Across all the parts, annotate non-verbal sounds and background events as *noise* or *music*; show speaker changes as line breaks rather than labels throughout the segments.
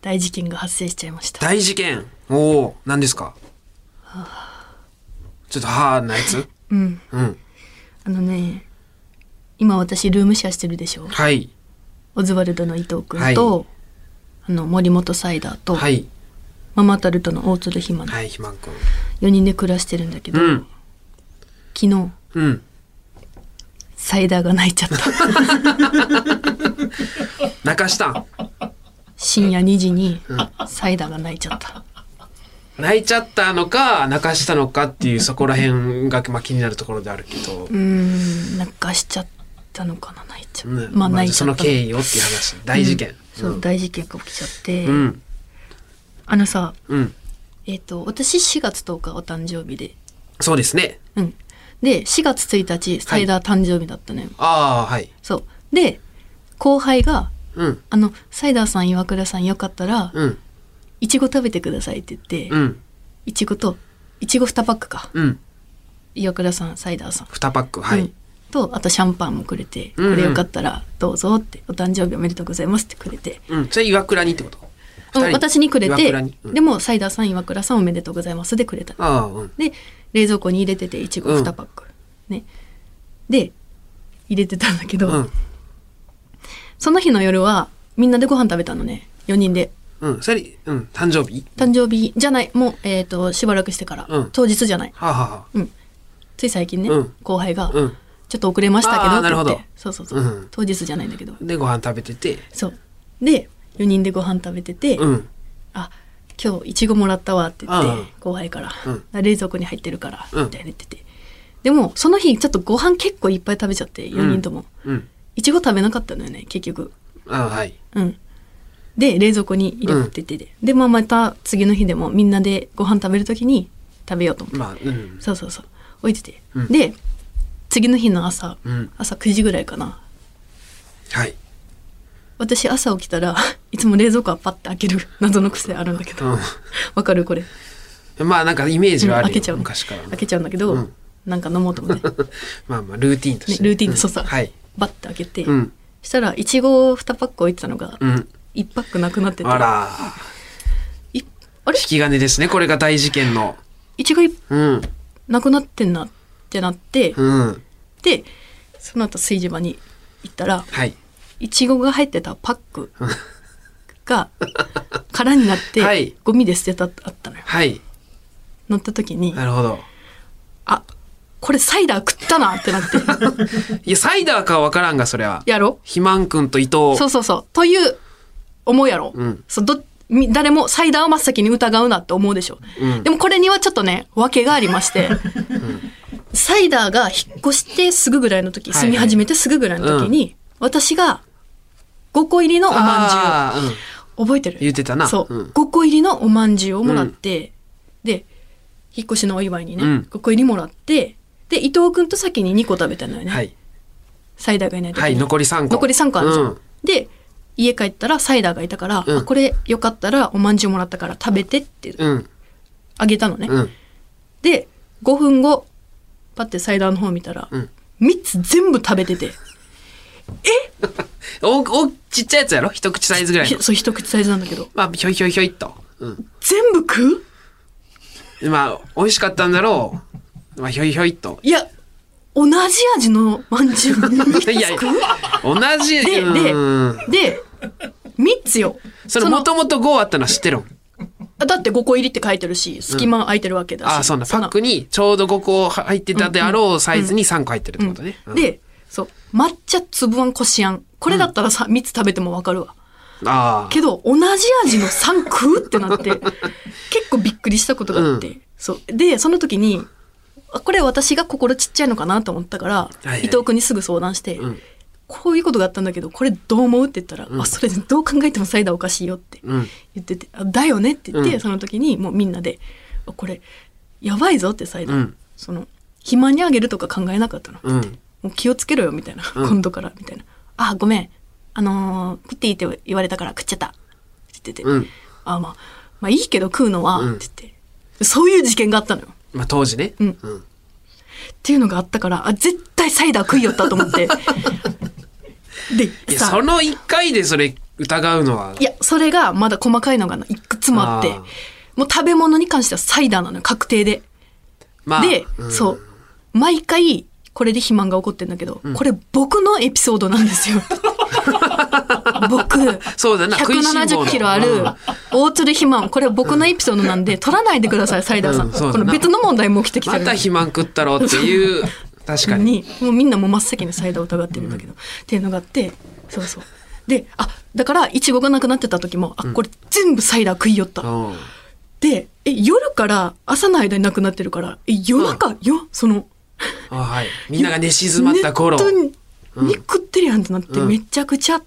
大事件が発生しちゃいました
大事件おお何ですかちょっとはあなやつ
うん
うん
あのね今私ルームシェアしてるでしょ
はい
オズワルドの伊藤君と、
は
あの森本サイダーと、
はい
ママタルトの大鶴ひまの
はいひまんくん
4人で暮らしてるんだけど、
うん
昨日
うん
サイダーが泣い
*laughs*
ちゃった
泣かしたん
深夜2時にサイダーが泣いちゃった
泣いちゃったのか泣かしたのかっていうそこら辺が、まあ、気になるところであるけど、
うーん泣かしちゃったのかな泣いちゃった、
うん
まあ
ま
泣い
ず
ち
そ
ゃ
の
った
経緯をっていう話大事件
そうう大事件が起きちゃって、
うん
あのさ
うん
えっ、と私4月10日お誕生日で
そうですね
うんで4月1日サイダー誕生日だったのよ、
ああはい
そうで後輩が
うん
「あのサイダーさん岩倉さんよかったら
うん
いちご食べてください」って言って、
うん
いちごといちご2パックか
うん
岩倉さんサイダーさん、
2パックはい、
うんとあとシャンパンもくれて「こ
うんうん
れよかったらどうぞ」って「お誕生日おめでとうございます」ってくれて、
うん、それ岩倉にってこと
うん
二人
私にくれ
岩
て
倉に、うん
でもサイダーさん岩倉さんおめでとうございますでくれた
ああうん
で冷蔵庫に入れてていちご2パック、ねで入れてたんだけど、
うん
その日の夜はみんなでご飯食べたのね4人で
うんそれうん誕生日
誕生日じゃないもう、えー、としばらくしてから、
うん
当日じゃない
はあ、はあは
つい最近ね、
うん
後輩が、
あ、うん
ちょっと遅れましたけ
あー
ど」
なるほ
っ
ど
て言ってそうそうそう、
うん
当日じゃないんだけど
でご飯食べてて
そうで4人でご飯食べてて「
うん
あ今日いちごもらったわ」って言って、
うん
後輩から、
うん
冷蔵庫に入ってるから」
うん
みたいな言ってて、でもその日ちょっとご飯結構いっぱい食べちゃって4人とも、
うん
いちご食べなかったのよね結局
ああはい
うんで冷蔵庫に入れててで、でまあまた次の日でもみんなでご飯食べる時に食べようと思って、
まあうん
そうそうそう置いてて、
うん
で次の日の朝、
うん
朝9時ぐらいかな
はい
私朝起きたら *laughs* いつも冷蔵庫はパッて開ける *laughs* 謎の癖あるんだけど、わかるこれ
まあなんかイメージはあ
うん開
る
け
よ、
ちゃう
昔からの *laughs*
開けちゃうんだけど、
うん
なんか飲もうと思
*laughs*
って、ね、
まあまあルーティンとして、
ルーティンでそうさ、
んはい
バッて開けて、
うん
したらいちごを2パック置いてたのが
うん
1パックなくなってて、
あら
いあれ
引き金ですねこれが大事件の
いちごい
うん
なくなってんなってなって、
うん
でその後炊事場に行ったら
はい
いちごが入ってたパッ
*laughs*
クが空になって、
はい
ゴミで捨てたあったのよ
はい
乗った時に
なるほど
あこれサイダー食ったなってなって
*laughs* いやサイダーかは分からんがそれは
やろ
肥満くんと伊藤
そうそうそうという思うやろ、
うん
そうどみ誰もサイダーを真っ先に疑うなって思うでしょ、
うん
でもこれにはちょっとね訳がありまして、サイダーが引っ越してすぐぐらいの時
はい
住み始めてすぐぐらいの時に、私が5個入りのおまんじゅう
あーうん
覚えてる
言ってたな
そう、
うん
5個入りのおまんじゅうをもらって、で引っ越しのお祝いにね、
うん
5個入りもらってで伊藤君と先に2個食べたのよね、
はい
サイダーがいない時に
はい残り3個
残り3個あるじゃん、
うん
で家帰ったらサイダーがいたから、
うん
あこれよかったらおまんじゅうもらったから食べてって
うん
あげたのね、
うん
で5分後パッてサイダーの方見たら、
うん
3つ全部食べてて
おおちっちゃいやつやろ一口サイズぐらい
ひ
の
そう一口サイズなんだけど
まあひょいひょいひょいっと、う、
全部食うん
まあ美味しかったんだろうまあひょいひょいっと
いや同じ味のまんじ
*laughs*
ゅう3つ
いやいや
食う
同じ
で、
うん
で、で、3つよ。
それ
の
もともと5あったのは知ってるん
だって5個入りって書いてるし、隙間空いてるわけだし。
ああそうなんパ
の
ックにちょうど5個入ってたであろうサイズに3個入ってるってことね、うん
で、そう、抹茶つぶあんこしあん。これだったらさ、3つ食べてもわかるわ。
ああ
けど、同じ味の3食うってなっ
*laughs*
て、結構びっくりしたことがあって。そう。で、その時に、あこれ私が心ちっちゃいのかなと思ったから、
いはい
伊藤君にすぐ相談して、
ん
こういうことがあったんだけど、これどう思うって言ったら、あ、それどう考えてもサイダーおかしいよって
うん
言ってて「あだよね」って言って、
うん
その時にもうみんなで「あこれやばいぞ」って再度、
うん
その暇にあげるとか考えなかったの、
うん
もう気をつけろよみたいな、今度からみたいな「あごめんあのー食っていいって言われたから食っちゃった」って言ってて「
うん
あまあまあいいけど食うのは」
うん
って言ってそういう事件があったのよ
まあ当時ね、
うんっていうのがあったからあ絶
*laughs*
対サイダー食いよったと思ってで
いや
さ
その1回でそれ疑うのはい
や、それがまだ細かいのがいくつもあって
あー、
もう食べ物に関してはサイダーなのよ、確定で。
まあ
で、
うん
そう。毎回、これで肥満が起こってんだけど、これ僕のエピソードなんです
*laughs*
よ。僕、
そうだな食いしん坊の
170キロあ
う
る
ん
大鶴肥満、これ僕のエピソードなんで、取らないでください、サイダーさん。
うんそうだ
こ
な
の別の問題も起きてきて
また
る。
肥満食ったろっ
*laughs*
ていう確かに
にもうみんなもう真っ先にサイダーを疑ってるんだけど、っていうのがあってそうそうであだからいちごがなくなってた時もあこれ全部サイダー食いよった、
うん
でえ夜から朝の間になくなってるからえ夜中、よその
あはいみんなが寝静まった頃
ネットにに食ってるやんってなって、
うん
めちゃくちゃ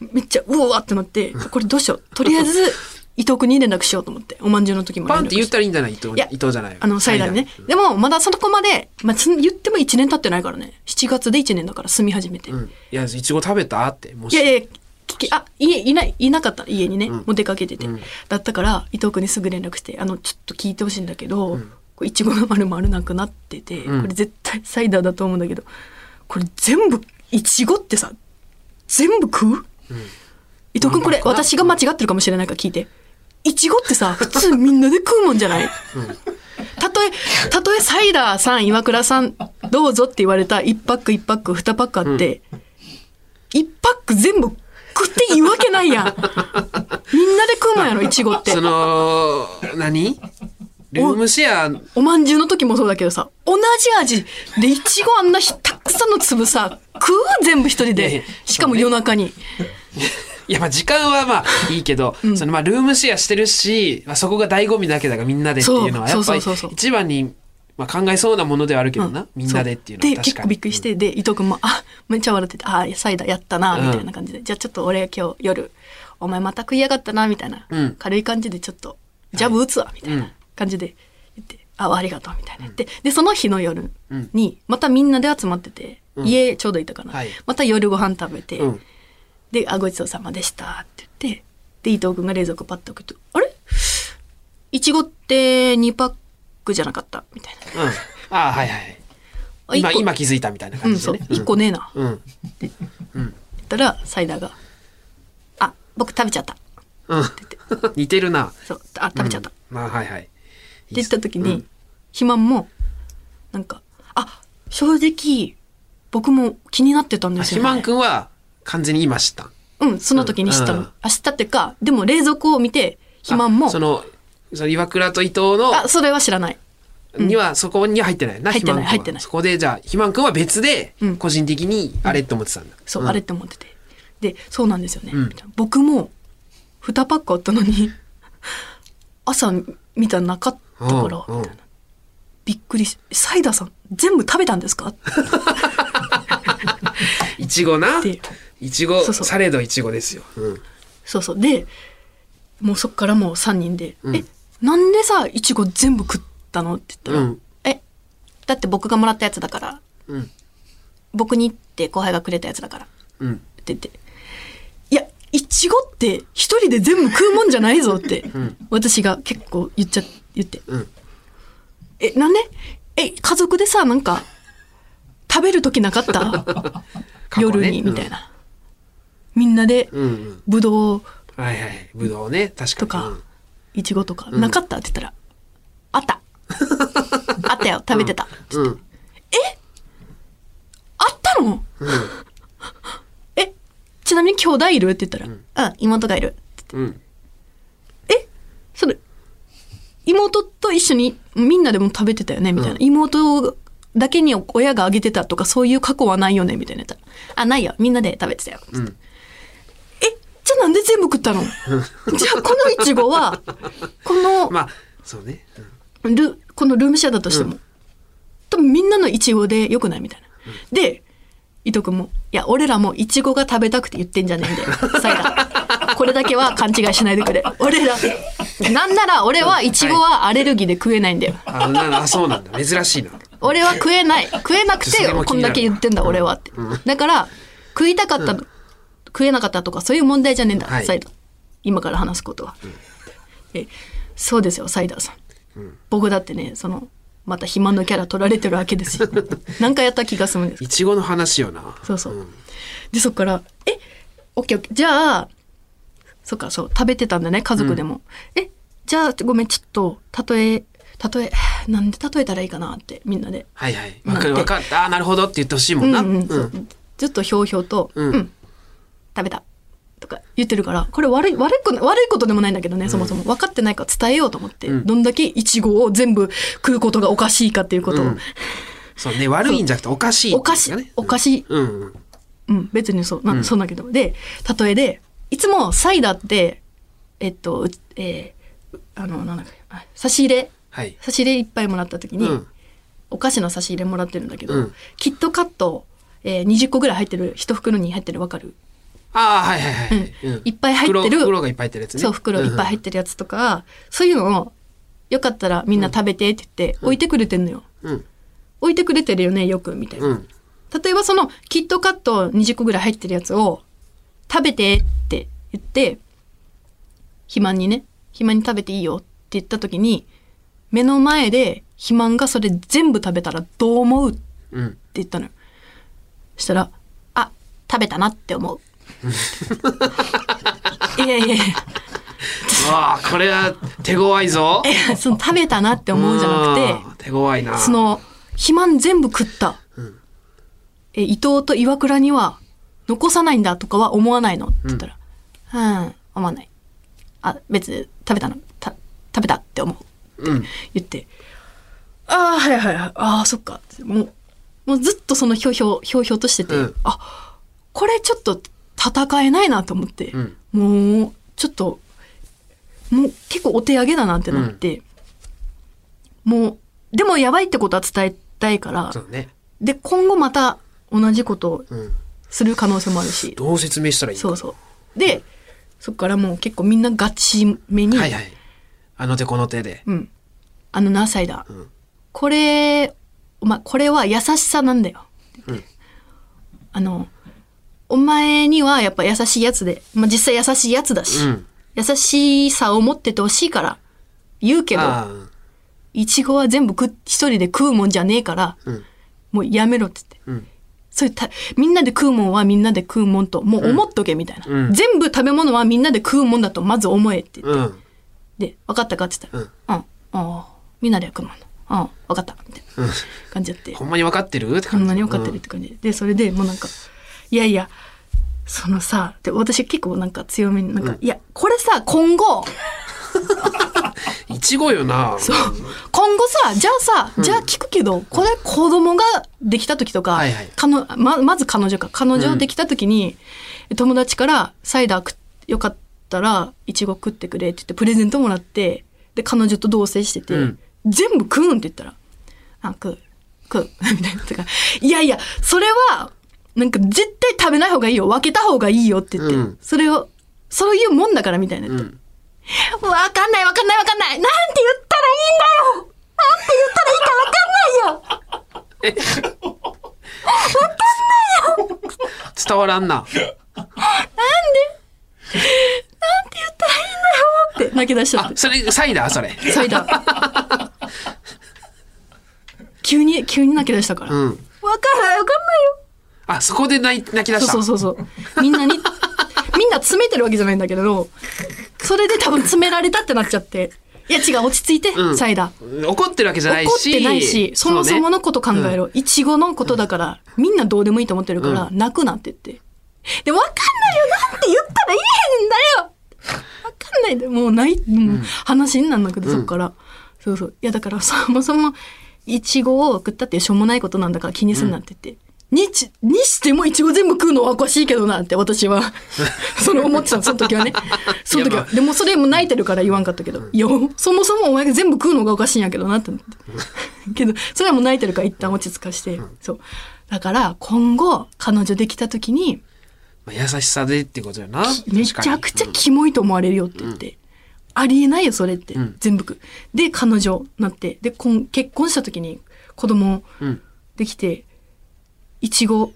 めっちゃうわってなってこれどうしようとりあえず伊藤君に連絡しようと思っておまんじゅうの時も連絡
パンって言ったらいいんじゃない伊藤
いや
伊藤じゃない
あの、サイダーね。でも、まだそこまで、まあ、つ言っても1年経ってないからね。7月で1年だから住み始めて。
うん、いやいちご食べたっても
い
し
やいや、聞き、あ、家、いない、いなかった、家にね。
ん
もう出かけてて。
うん
だったから、伊藤君にすぐ連絡して、あの、ちょっと聞いてほしいんだけど、これいちごが丸々なくなってて、
ん
これ絶対サイダーだと思うんだけど、これ全部、いちごってさ、全部食う、伊藤君これ、
なんか
私が間違ってるかもしれないから聞いて。いちごってさ、普通みんなで食うもんじゃない、たとえ、たとえサイダーさん、岩倉さん、どうぞって言われた1パック1パック2パックあって、一1パック全部食っていいわけない
*laughs*
やん。みんなで食うもんやろ、いちごって
そ。の何ルームシェア
おまんじゅうの時もそうだけどさ、同じ味でいちごあんなひたくさんの粒さ、食う全部一人
いやいや
で。しかも夜中に。
いやまあ時間はまあいいけど、そのまあルームシェアしてるし、まあ、そこが醍醐味だけだからみんなでっていうのはや
そう
っぱり
そうそうそうそう
一番に、まあ、考えそうなものではあるけどな、みんなでっていうのは
そ
確かに
結構びっくりして、で、伊藤君も、あ、めっちゃ笑ってて、あ、サイダーやったな、みたいな感じで、じゃあちょっと俺今日夜、お前また食いやがったな、みたいな、
うん
軽い感じでちょっと、ジャブ打つわ、みたいな感じで言って、あ、ありがとう、みたいな言って、で、その日の夜に、またみんなで集まってて、家ちょうどいたかな、
はい
また夜ご飯食べて、
うん
で、あ、ごちそうさまでした、って言って、で、伊藤君が冷蔵庫パッと置くと、あれいちごって2パックじゃなかったみたいな。
うん、ああはいはい
あ
今
一個
今気づいたみたいな
う
感
ん、
じ
そ
で
う。
ね、
一個ねえな。
うん、うん
言ったら、サイダーが、あ、僕食べちゃった。
うん、 *laughs* 似てるな
そう、あ、食べちゃった。って
まあはいはい
言った時に、肥満も、なんか、あ、正直、僕も気になってたんです
肥
よ、ね。
満くんは完全に今知った
うん、その時に知った
うんう
の
ん。
あ、知ったっていうか、でも冷蔵庫を見て、肥満も
あそ、のその岩倉と伊藤の
あ、それは知らない。
にはそこには入ってないな
入ってない
肥満君は
入ってない
そこでじゃあ肥満くんは別で
うん
個人的にあれって思ってたんだ、
そう、
ん
あれって思ってて。で、そうなんですよね。
うん
みたいな僕も、2パックあったのに、朝見たらなかったから、みたいな。
うんうん
びっくりし、サイダーさん、全部食べたんですか
いちごな
で
いちご
そうそう
されどいちごですよ、うん
そうそう。で、もうそっからもう3人で、
うん
え、なんでさ、いちご全部食ったのって言ったら、
うん
え、だって僕がもらったやつだから、
うん
僕にって後輩がくれたやつだから、って
うん
言って。いや、いちごって一人で全部食うもんじゃないぞ
*laughs*
って、私が結構言っちゃ、言って。
うん
え、なんでえ、家族でさ、なんか、食べる時なか
*laughs*
った
過去ね
夜に、みたいな。みんなで
う、ん、うんうん
ぶどう
はいはいぶどうね確かに
とか、いちごとか、なかったって言ったら、あ
*laughs*
った。あったよ、食べてた。
うんうん
あったの、え、ちなみに兄弟いるって言ったら、うん、妹がいる。
うん
それ、妹と一緒にみんなでも食べてたよねみたいな。妹だけに親があげてたとかそういう過去はないよねみたいなやつ。あ、ないよ。みんなで食べてたよ。
ん
え、じゃあなんで全部食った
*laughs*
のじゃあこのいちごは、この、
まあそうね、うん
ルこのルームシェアだとしても、多分みんなのイチゴでよくないみたいな。で伊藤君も「いや俺らもイチゴが食べたくて言ってんじゃねえんだよサイダーこれだけは勘違いしないでくれ俺らなんなら俺はイチゴはアレルギーで食えないんだよ
あなあそうなんだ珍しいな
俺は食えない食えなく
そ
て
れも気
こ
に
ん
なる
だけ言ってんだ俺はって、だから食いたかった、食えなかったとかそういう問題じゃねえんだ、
はい
サイダー今から話すことは、えそうですよサイダーさん、僕だってねそのまた肥満のキャラ取られてるわけですよ
*laughs*
なんかやった気がするんです
いちごの話よない
そうそう、でそっから「えオッケーオッケー。じゃあ、そっか、そう、食べてたんだね、家族でも。え、じゃあ、ごめん、ちょっと、例え、例え、 *sighs* なんで例えたらいいかなって、みんなで。
はいはい。わかる
な
わ
んて
かった。あーなるほどって言ってほしいも
うんん
な。
うん、
う
そうんちょっとひょうひょうと、
う
うんん、食べた。とか言ってるから、これ悪い、悪いこと、悪いことでもないんだけどね、そもそも。分かってないから伝えようと思って、
うん
どんだけイチゴを全部食うことがおかしいかっていうことを。
うんそうね、悪いんじゃなくておかしい
お
ってい
か
う
し
かね。
い、おかしい、
うんうん。
うん、別にそう、な
うん
ん、そうなんだけど。で、例えで、いつもサイダーって、えっと、うえーうあの、なんだっけ、あ差し入れ、
はい。
差し入れいっぱいもらった時に、
うん
お菓子の差し入れもらってるんだけど、
うん
キットカット、えー、20個ぐらい入ってる、1袋に入ってる、わかる、
ああ、はいはいはい。
うん
うん
いっぱい入ってる
袋袋がいっぱい入ってるやつね。
そう、袋いっぱい入
っ
ってるやつとか、そういうのを、よかったらみんな食べてって言って、置いてくれてんのよ。
うん。
置いてくれてるよね、よく、みたいな。
うん。
例えばそのキットカット20個ぐらい入ってるやつを食べてって言って肥満にね肥満に食べていいよって言った時に目の前で肥満がそれ全部食べたらどう思うって
うん。
言ったのよそしたら「あ食べたな」って思ういやいやいや
わあ、これは手強いぞ。
え *laughs* その食べたなって思うじゃなくて、
て。手強いな。
その肥満全部食った、え伊藤と岩倉には残さないんだとかは思わないのって言ったら「うん、思わない」あ「別に食べたのた食べた」って思う
うん。
言って「ああはいはいはいああそっか」もうもうずっとそのひょうひょうひょうひょうとしてて、
うん
あこれちょっと戦えないなと思って、
うん
もうちょっともう結構お手上げだなってなって、もうでもやばいってことは伝えたいから
そうね。
で今後また同じことを
うん。
する可能性もあるし、
どう説明したらいいのか
そうそうでそっからもう結構みんなガチめに、
はいはい。あの手この手で。
うん。あの何歳だ。
ん
これ、お前、これは優しさなんだよ。あの、お前にはやっぱ優しいやつで、まあ、実際優しいやつだし、
うん
優しさを持っててほしいから、言うけど、
ああ、
いちごは全部食っ一人で食うもんじゃねえから、
うん
もうやめろっつって。
うん。
そういうたみんなで食うもんはみんなで食うもんと、もう思っとけみたいな、
うん
全部食べ物はみんなで食うもんだとまず思えって。
うん。
で、分かったかって言ったら、うん、ああ、みんなで焼くもんな。うん、分かった。みたいな感じやって、
ほんまに分かってるって
こ
感じ。
んなに分かってるって感じ。で、それでもうなんか、いやいや、そのさ、で、私結構なんか強めに、なんか、いや、これさ、今後、
うん。いちごよな。
そう今後さ、じゃあさ、じゃあ聞くけど、これ子供ができた時とか、
はいはい
かのままず彼女か、彼
う
女
ん
できた時に、友達からサイダー食っよかったら、いちご食ってくれって言ってプレゼントもらって、で、彼女と同棲してて、
うん
全部食うんって言ったら、あ、食う、食う、 *laughs* みたいな。とか、いやいや、それは、なんか絶対食べない方がいいよ、分けた方がいいよって言って、
うん
それを、そういうもんだからみたいな言って。
うん
わかんないわかんないわかんないなんて言ったらいいんだよなんて言ったらいいかわかんないよ
*laughs* 伝わらんな。
って泣き出しちゃっ
あ、それ、サイダーそれ。
て。サイダー。
*laughs*
急に、急に泣き出したから。
う
わ、
ん。
かんないわかんないよ
あ、そこで泣い泣き出した。
そうそうそうそう。みんな
*laughs*
に、みんな詰めてるわけじゃないんだけど、それで多分詰められたってなっちゃって。いや違う、落ち着いて、
うん
サイダー。
怒ってるわけじゃないし。
怒ってないし、そもそものこと考えろ。いちごのことだから、みんなどうでもいいと思ってるから、泣くなって言って。で、わかんないよなんて言ったらいいんだよわかんないで、もうない、もう話になんなくて、そっから。そうそう。いや、だからそもそも、いちごを食ったってしょうもないことなんだから気にすんなって言って。にち、にしてもいちご全部食うのはおかしいけどなって私 *laughs* は、その思ってたの、その時はね。その時
いや
は
ま。
でもそれも泣いてるから言わんかったけど、いや、そもそもお前が全部食うのがおかしいんやけどなって思 *laughs* って。けど、それはもう泣いてるから一旦落ち着かして、そう。だから、今後、彼女できた時に、
まあ優しさでってことよな。
めちゃくちゃ
確か
キモいと思われるよって言って、ありえないよそれって、
ん
全部くで彼女なってで婚結婚した時に子供
にうん。
できていちご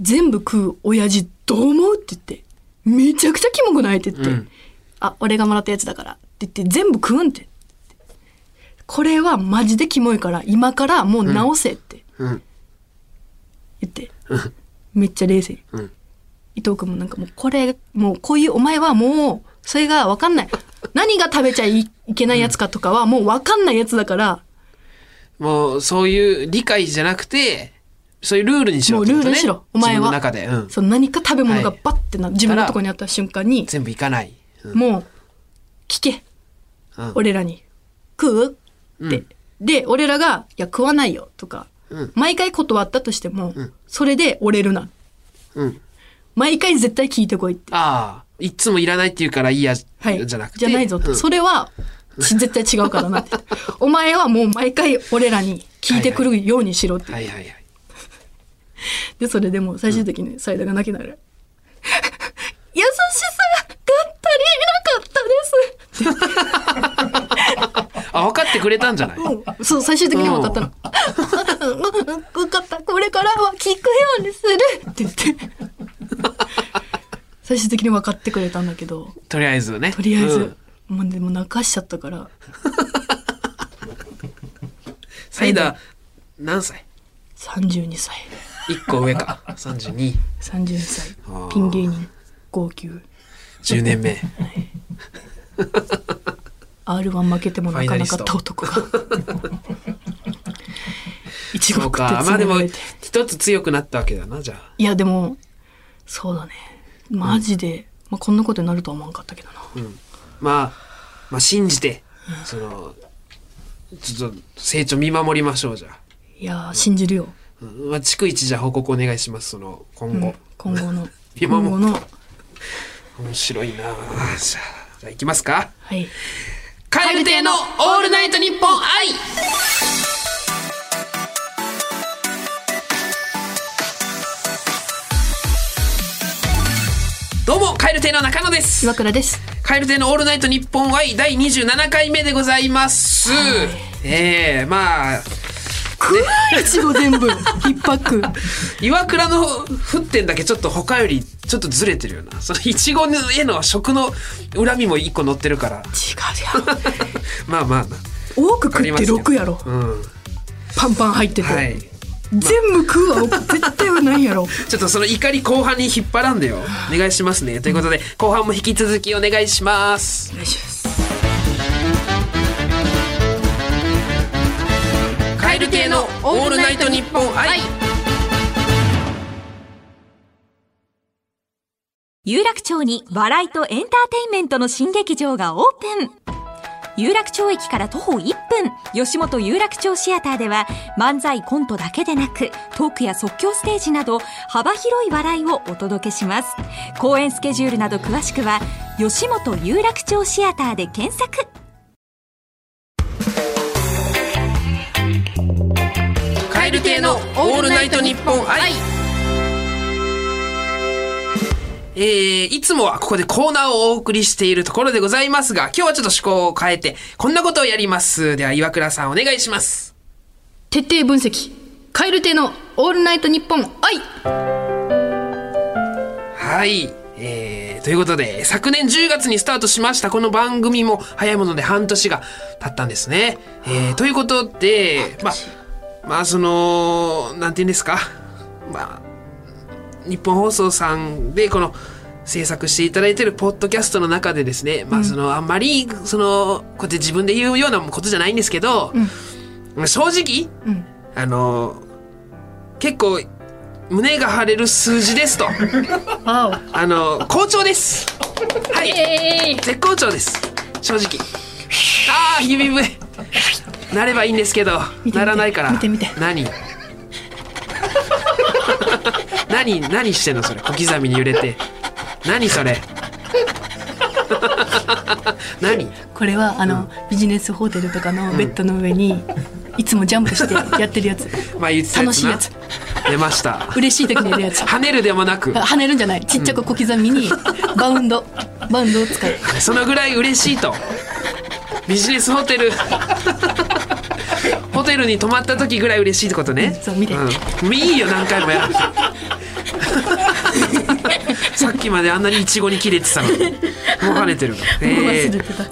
全部食う親父どう思うって言ってめちゃくちゃキモくないって言って、
うん
あ俺がもらったやつだからって言って全部食うんってこれはマジでキモいから今からもう直せって
うん。
言って、めっちゃ冷静に、
うん
伊藤君もなんかもうこれ、もうこういうお前はもう、それがわかんない。何が食べちゃいいけないやつかとかはもうわかんないやつだから、
もう、そういう理解じゃなくて、そういうルールにしろってこと、ね。
もうルールにしろお前は
自分の中で、うん。
その何か食べ物が
はい
バッてな、自分のとこにあった瞬間に、
全部いかない。うん
もう、聞け。
うん
俺らに。食うって。で、俺らが、いや、食わないよ、とか。
うん
毎回断ったとしても、それで折れるな。
うん。
毎回絶対聞いてこいって。
ああ、いっつもいらないって言うからいいや、
はい。
じゃなくて。
ないぞって。それは、ち絶対違うからな
*laughs*
って。お前はもう毎回俺らに聞いてくるようにしろって。
はいはいはい。
で、それでもう最終的にサイダーが泣きながら。優しさが足りなかったです。
あ、分かってくれたんじゃない
うんそう、最終的に分かったの。分かった、これからは聞くようにするって言って。最終的に分かってくれたんだけど、
とりあえずね。
とりあえ
うん
ず、もうでも泣かしちゃったから、
サイダー、何歳
32歳、
一個
*laughs*
上か。32。
32歳
あー、
ピン芸人、号泣、
10年目。
R1 負けても泣かなかった男が。いちご
そう *laughs*
食
か。
って
まあで
つ
も
まめて。、
一つ強くなったわけだな、じゃあ。
いや、でも、そうだね。マジで、まあ、こんなことになるとは思わんかったけどな。
まあ、まあ信じて、その、ちょっと成長見守りましょう、じゃあ。
いやー、信じるよ。
うんまあ、逐一じゃあ報告お願いします、その、今後。
今後の
*laughs* 今
今
も
後の
面白いなあじゃあ、じゃあ行きますか。
はい
カエル亭のオールナイトニッポン愛どうも、カエル亭の中野です
岩。倉です
カエル亭のオールナイトニッポン愛第27回目でございます。ええまあ、
いちご全
*laughs*
部ひっぱく
岩倉の沸点だけちょっと他よりちょっとずれてるよな。そのいちごへの食の恨みも一個乗ってるか
違
ら。
うや
まあまあな。
ろ多く食って6やろ
うん。
パンパン入ってて、
はい。
全部食うは絶対はないやろ
ちょっとその怒り後半に引っ張らんでよ。お願いしますね。ということで、後半も引き続きお願いします。
お願いします
カエル亭のオールナイトニッポン愛。
有楽町に笑いとエンターテインメントの新劇場がオープン有楽町駅から徒歩1分吉本有楽町シアターでは漫才コントだけでなくトークや即興ステージなど幅広い笑いをお届けします公演スケジュールなど詳しくは吉本有楽町シアターで検索
カエル亭のオールナイトニッポン愛。えー、いつもはここでコーナーをお送りしているところでございますが、今日はちょっと趣向を変えて、こんなことをやります。では、岩倉さんお願いします。
徹底分析カエル亭のオールナイトニッポン愛
はい。えー、ということで、昨年10月にスタートしましたこの番組も早いもので半年が経ったんですね。えー、ということで、まあ、まあ、その、なんて言うんですか。まあ、日本放送さんでこの制作していただいてるポッドキャストの中でですね、まあ、その、あんまり、その、こうやって自分で言うようなことじゃないんですけど、まあ正直、あの、結構、胸が張れる数字ですと。
*laughs* わ
あの好調です。はい、絶好調です。正直。ああ指笛。なればいいんですけど、
見て
ならないから。
見て見て
何？何何してんのそれ小刻みに揺れて。何そ
*laughs*
れ。何？
おこれはあの、ビジネスホテルとかのベッドの上に、いつもジャンプしてやってるやつ
まあ言ってた
楽しいや
や
つ
つな。出ました。
嬉しい時にやるやつ
跳ねるでもなく。
跳ねるんじゃないちっちゃく小刻みにバウンド、バウンドを使う
そのぐらい嬉しいとビジネスホテルホテルに泊まった時ぐらい嬉しいってことね、
うんそう見て
んいいよ何回
*laughs*
もやるさっきまであんなにイチゴに切れてたのにもう跳ねて
*laughs*
る
忘
え
れ
ー
てた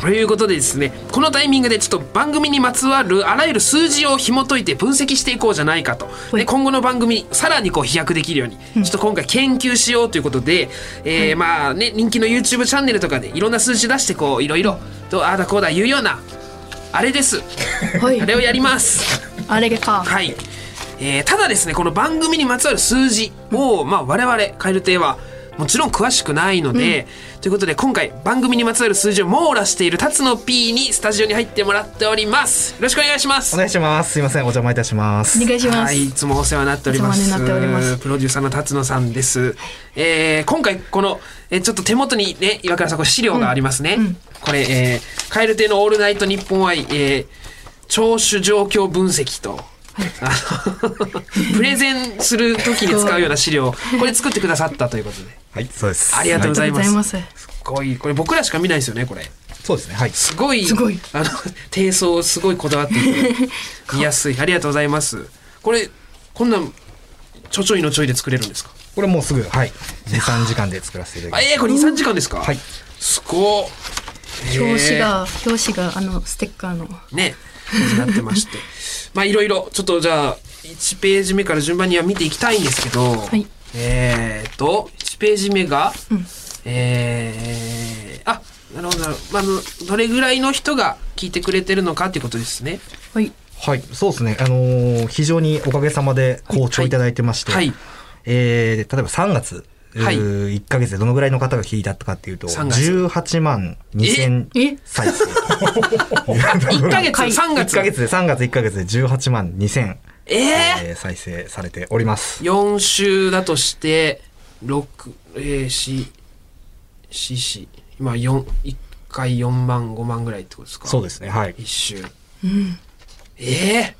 ということでですねこのタイミングでちょっと番組にまつわるあらゆる数字を紐解いて分析していこうじゃないかと、
はい
で今後の番組さらにこう飛躍できるように、ちょっと今回研究しようということで、えーまあね人気の YouTube チャンネルとかでいろんな数字出してこういろいろとああだこうだ言うようなあれです
はい
あれをやります。
あれがか
はい、えーただですねこの番組にまつわる数字を、まあ、我々蛙亭はもちろん詳しくないので、ということで今回番組にまつわる数字を網羅している辰野 P にスタジオに入ってもらっておりますよろしくお願いします
お願いします。すいません、お邪魔いたします。
お願いしま
は
す、
い、いつもお世話になっております。
いつもお世話になっております
プロデューサーの辰野さんです。えー今回この、えーちょっと手元にね、岩倉さん、これ資料がありますね。これ、えー、カエル亭のオールナイト日本愛、えー聴取状況分析と、あの *laughs* プレゼンするときに使うような資料、これ作ってくださったということで。
はい、そうです。
ありがとうございます。
ありがとうご
す
ざい
ごい、これ僕らしか見ないですよね、これ。
ます。そうですね、はい。
すごい、
すごい
あの、 *laughs* 低層すごいこだわっていて、見やすい。ありがとうございます。これ、こんなん、ちょちょいのちょいで作れるんですか
これもうすぐ、はい。2、3時間で作らせていただ
あ
きます。
えー、これ2、3時間ですか
はい。
すごっ
表紙。が表紙があのステッカーの
えーね、なってまして。 *laughs* まあ、いろいろ、ちょっとじゃあ、1ページ目から順番には見ていきたいんですけど、
い
えーっと、1ページ目が、えー、あ、なるほどなるほど、まああの、どれぐらいの人が聞いてくれてるのかっていうことですね。
はい
はい、そうですね。あのー非常におかげさまで好調いただいてまして、
はいはい
えー例えば3月、
はい
1ヶ月でどのぐらいの方が聞いたかっていうと、
3月
18万
ええ
2000再生。
1ヶ月、3
1
月。
ヶ月で、3月1ヶ月で18万2000、
ええ
えー再生されております。
4週だとして6えー、ししし今4 1回4万5万ぐらいってことですか
そうですね、はい。
1週、ええ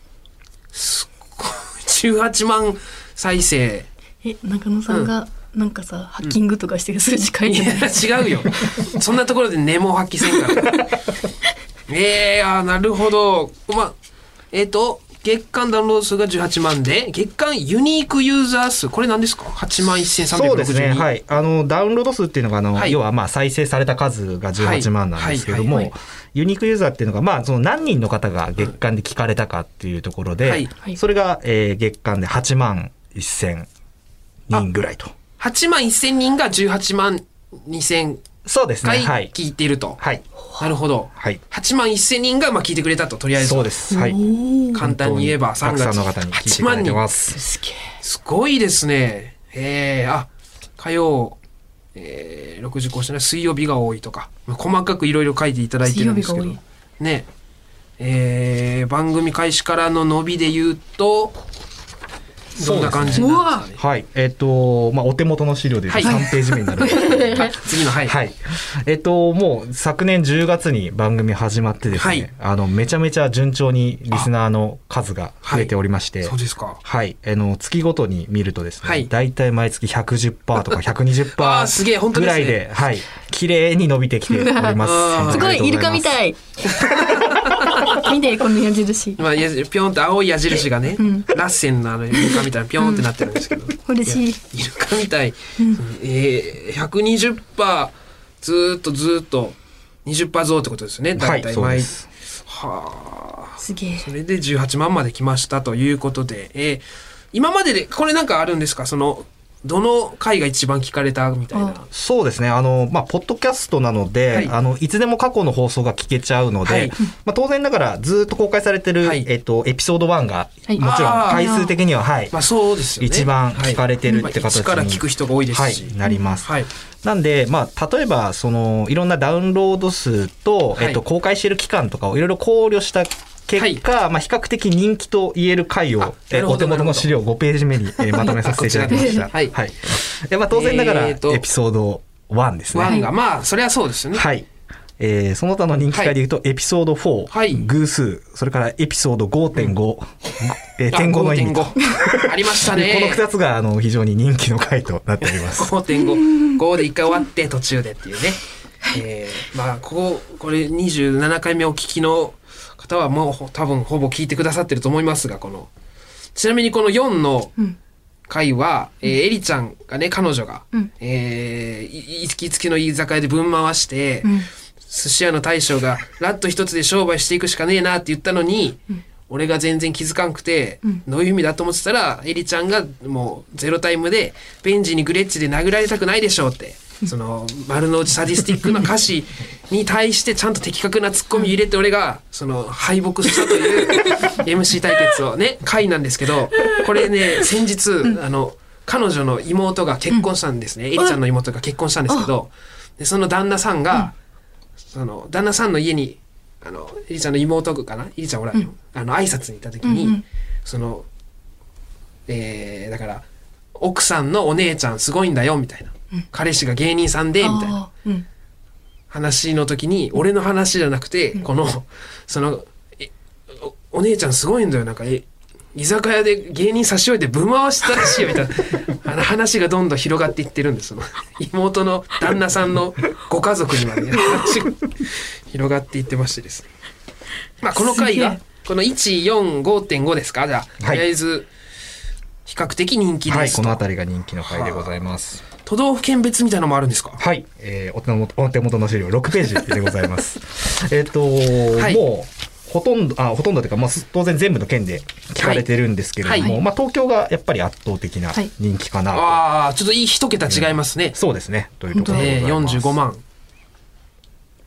すっごい18万再生
え中野さんがなんかさ、ハッキングとかして数字書い
い
てない、
や違うよそんなところで根も発揮せん
*laughs*
からええあーなるほどまあえっ、と月間ダウンロード数が18万で月間ユニークユーザー数これ何ですか8万1362
そうですね、はい、あのダウンロード数っていうのがあの、
はい
要はまあ再生された数が18万なんですけど
はいはい
も
は
ユニークユーザーっていうのが、まあ、その何人の方が月間で聞かれたかっていうところで、
はい
はい
それが、えー月間で8万1000人ぐらいと
8万1000人が18万2000
そうですね
回
はい、
聞いていると。
はい
なるほど。
はい
8万1000人がまあ聞いてくれたと、とりあえず。
そうですはい
簡単に言えば3
たく
月。
さんの方に聞いていただいてます
*laughs* すげえ
すごいですね。えー、あ、火曜、えー、6時更新の水曜日が多いとか、まあ細かくいろいろ書いていただいてるんですけ
水曜
ど
日が。
ね。えー、番組開始からの伸びで言うと、どんな感じになるんですかね。
はいえっ、と、まあ、お手元の資料で言うと
はい
3ページ目になるんですけど
あ次の、はい。
はい。えっと、もう昨年10月に番組始まってですね、
はい
あの、めちゃめちゃ順調にリスナーの数が増えておりまして、
そうですか。
はい。あの、月ごとに見るとですね、
はい
大体毎月110%とか
*laughs* あーすげえ
120%
本当
ぐ
です
ら
ね
いで、はい。綺麗に伸びてきております
*laughs* あー。
すごいイルカみ
い。
たい見てこの矢印
まあ、やじピョンって青い矢印がね、ラッセンのあのイルカみたいなピョンってなってるんですけど、
嬉しい
イルカみたい、えー、120%ずーっとずーっと20%増ってことですよね
は
大
い、
体
そう
毎、
です。
すげえ
それで18万まで来ましたということで、えー今まででこれなんかあるんですかそのどの回が一番聞かれたみたいな。
そうですね。あの、まあ、ポッドキャストなので、
はい
い、あの、いつでも過去の放送が聞けちゃうので、
はい
まあ、当然ながらずっと公開されてる、
はい
えっと、エピソード1が、
はい
もちろん
あー
回数的には、はい。
まあそうですよね。
一番聞かれてるって形
はいまあ一
に、
から聞く人が多いですし。
はい、なります、
はい。
なんで、まあ、例えばそのいろんなダウンロード数と、
はい
えっと、公開している期間とかをいろいろ考慮した結果、まあ、比較的人気と言える回
あ
を、
な
え
るほど
お手元の資料5ページ目に、
*laughs*
えーまとめさせていただきまし
こちら
た。
ですねはい
でまあ、当然ながら、
えーと
エピソード1ですね。
ワンが、まあそれはそうですよね。
はい。えーその他の人気回でいうと、エピソード4、
はい
偶数、それからエピソード5.5、えー
あ
点5の意味と。
5.5ありましたね。
*laughs* でこの2つがあの非常に人気の回となってお
*laughs*
ります。
5.5。5で一回終わって途中でっていうね。えー、まあ、ここ、これ27回目お聞きの方はもうほ多分ほぼ聞いてくださってると思いますが、この。ちなみにこの4の回は、えー、エリちゃんがね、彼女が、えー、いい行きつけの居酒屋でぶん回して、寿司屋の大将 *laughs* がラット一つで商売していくしかねえなって言ったのに、俺が全然気づかんくて、どういう意味だと思ってたら、エリちゃんがもうゼロタイムで、ベンジにグレッチで殴られたくないでしょうって、その、丸の内サディスティックな歌詞に対してちゃんと的確なツッコミ入れて俺が、その、敗北したという MC 対決をね、回なんですけど、これね、先日、あの、彼女の妹が結婚したんですね。エリちゃんの妹が結婚したんですけど、でその旦那さんが、その旦那さんの家にあのイリちゃんの妹かなイリちゃんほら、あの挨拶に行った時に、そのえーだから奥さんのお姉ちゃんすごいんだよみたいな、彼氏が芸人さんでみたいな
あーうん
話の時に俺の話じゃなくて、このそのえおお姉ちゃんすごいんだよなんかえ居酒屋で芸人差し置いてぶん回したらしいよ
*laughs*
みたいなあの話がどんどん広がっていってるんですその妹の旦那さんのご家族にまでね話が広がっていってましてですね、まあ、この回
す
が
げ
この145.5ですかじゃあ、
はい
とりあえず比較的人気ですと、
はい、この辺りが人気の回でございます。
都道府県別みたいなのもあるんですか
はい、えーお手元お手元の資料6ページでございます。
*laughs*
えっと、
はい
もう、ほとんど、あ、ほとんどというか、まあ、す当然全部の県で聞かれてるんですけれども、
はい
まあ、東京がやっぱり圧倒的な
はい
人気かなと。
ああちょっといい一桁違いますね、
そうですね、というところで
え
ご
ー、
ざいます。
45。万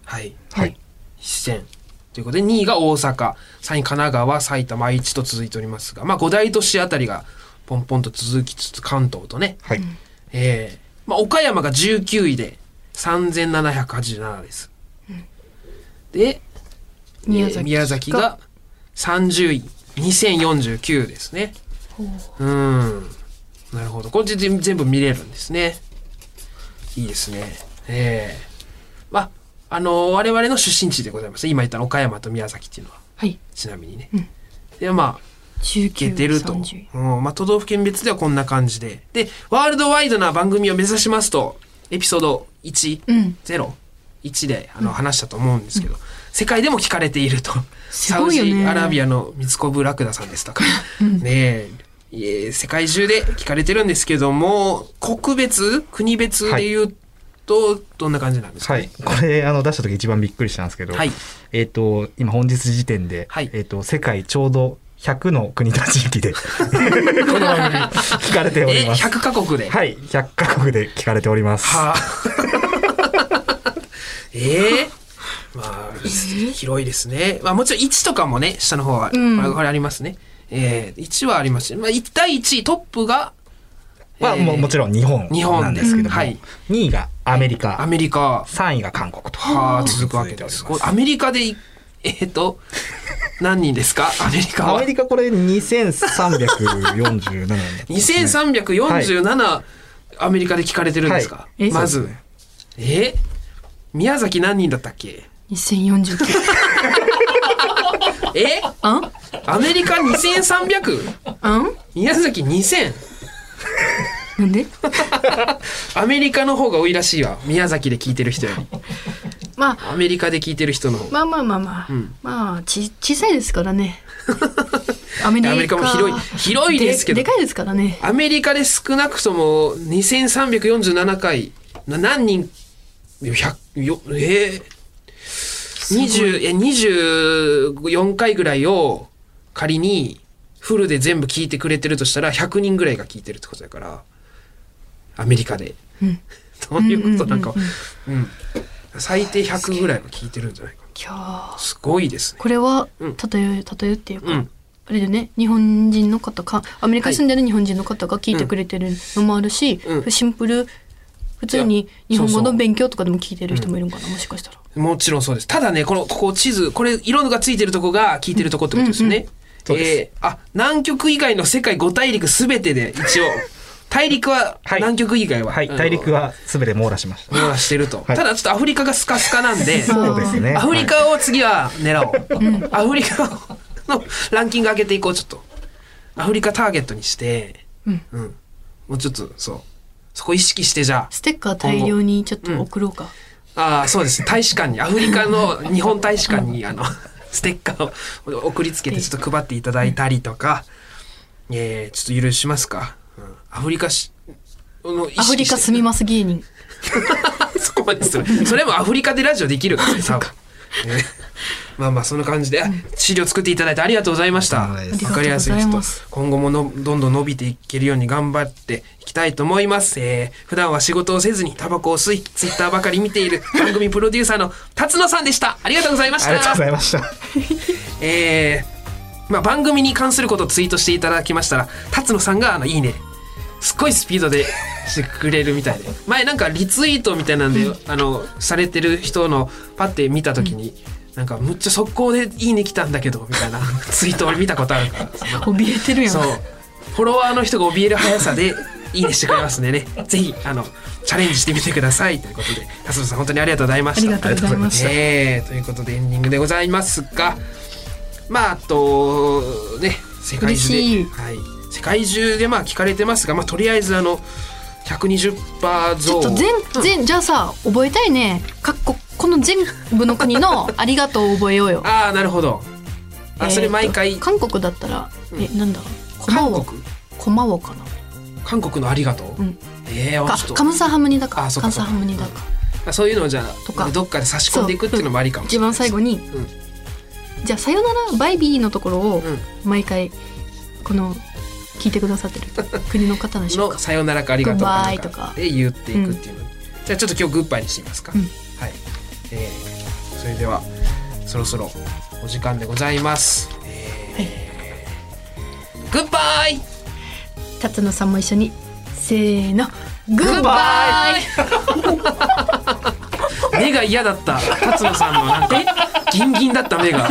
はい
はい。
七0ということで2位が大阪3位神奈川埼玉愛知と続いておりますがまあ五大都市あたりがポンポンと続きつつ関東とね
はい。
えーまあ、岡山が19位で3787です、で
宮
えー
崎
宮崎が30位2049ですねうーんなるほどこれで全全部見れるんですねいいですねええまああの我々の出身地でございます今言った岡山と宮崎っていうのは
はい
ちなみにね、でまあ
19
受けてると、
30
うんまあ、都道府県別ではこんな感じででワールドワイドな番組を目指しますとエピソード101、
うん
1であの話したと思うんですけど、世界でも聞かれていると
すごいよね
サウジアラビアのミツコブラクダさんですとか、ねえいえ世界中で聞かれてるんですけども国別国別で言うと、どんな感じなんですか、
はい、これあの出した時一番びっくりしたんですけど、
はい
えっ、と今本日時点で、
はい
えっ、と世界ちょうど100の国と地域でこの番組聞かれており
え
ます。
100カ国で、
はい、100カ国で聞かれております。 *laughs*
はあ、ええまあ、広いですね。まあもちろん1とかもね、下の方は、
ん
これこれありますね。ええ1はありますしまあ1対1トップが
まあ、もうもちろん日本
日本
なんですけ
うん
ども、
はい
2位がアメリカ、
アメリカ
3位が韓国と、
は続くわけです。
続
こ
いており
れアメリカでい、 *laughs* えっ、と、何人ですかアメリカ
ますア
は
メ。リカこれ2347なんですね、
2347、アメリカで聞かれてるんですか、
いえ
まず。
そうですね
え宮崎何人だったっけ
2049
え
あん
アメリカ 2300?
あん
宮崎2000
なんで
アメリカの方が多いらしいわ宮崎で聞いてる人より
まあ
アメリカで聞いてる人の方
まあまあまあまあ、まあち小さいですから
*laughs*
ねアメリカ
アメリカも広い広いですけど
でかいですからね
アメリカで少なくとも2347回な何人100よえー、20え24回ぐらいを仮にフルで全部聞いてくれてるとしたら100人ぐらいが聞いてるってことだからアメリカで、 *laughs* どういうことなんか、うん最低100ぐらいは聞いてるんじゃないか
今日
すごいですね
これは
うん
例え例えっていうか、
うん
あれでね日本人の方かアメリカに住んでる日本人の方が聞いてくれてるのもあるし、
うん
シンプル普通に日本語
そうそ
の
う
勉強とかでも聞いてる人もいるんかな、もしかしたら。
もちろんそうです。ただね、この、ここ地図、これ、色がついてるとこが聞いてるとこってことですよね。
そうです
えーあ、南極以外の世界5大陸すべてで、一応、大陸は、
はい
南極以外は、
はい、
あの
大陸、は全て網羅しました。
網羅してると。
はい
ただ、ちょっとアフリカがスカスカなんで、
そうですね。
アフリカを次は狙おう。アフリカのランキング上げていこう、ちょっと。アフリカターゲットにして、うん。もうちょっと、そう。そこ意識して、じゃあ。
ステッカー大量にちょっと送ろうか。
ああそうです大使館にアフリカの日本大使館に *laughs* あのステッカーを送りつけてちょっと配っていただいたりとか、えー、ちょっと許しますか、うんアフリカしの意識
アフリカ
して
住みます芸人。
*laughs* そこまでする。それもアフリカでラジオできるからね、多分。えーまあまあそんな感じで、あ資料作っていただいてありがとうございました。わ
ありがと
うございます
かりやすい
ありがとう
人
ございます。
今後ものどんどん伸びていけるように頑張っていきたいと思います。えー、普段は仕事をせずにタバコを吸い、ツイッターばかり見ている番組プロデューサーの辰野さんでした。ありがとうございまし
ありがとう
た
ご。ざいました。
えーまあ、番組に関することをツイートしていただきましたら辰野さんが「あのいいね」すっごいスピードでしてくれるみたいで *laughs* 前なんかリツイートみたいなんで、あのされてる人のパッて見た時に、なんかむっちゃ速攻で「いいね」来たんだけどみたいな *laughs* ツイートを見たことあるから
*laughs* 怯えてるやん。
そうフォロワーの人が怯える速さで「いいね」してくれますんでねぜひあのチャレンジしてみてくださいということで辰野さん本当にありがとうございま
あ
し
り
た
が。とうございました。
ええということでエンディングでございますがまああとね世界中で
嬉しい
はい、世界中でまあ聞かれてますが、まあ、とりあえずあの120%
ちょ
増
っと全全じゃあさ覚えたいね。かっここの全部の国のありがとうを覚えようよ。
ああなるほどあ、
え
そ
ー
れ
と
毎回
韓国だったらえなんだコマ
韓
を
国
コマをかな。
韓国のありがとう、
うん
ええあ
か
ちょっ
カムサハムニだか
あそう
カ
か
ム
そ
サ
うか
ハムニだか。
とそういうのをじゃ
と
あ
か
どっかで差し込んでいくっていうのもありかもし
一
れない
番最後に、
ん
じゃあさよならバイビーのところを
うん
毎回この聞いてくださってる国の方にしよう
の
か。
さよならかありがとう
グッバイ
な
と
ん
か
で言っていくっていうの、じゃあちょっと今日グッバイにしてみますか、
うん
はい、えー、それではそろそろお時間でございます、えーグッバイ
辰野さんも一緒にせーのグッバイ
イ *laughs* 目が嫌だった辰野さんのなんかギンギンだった目が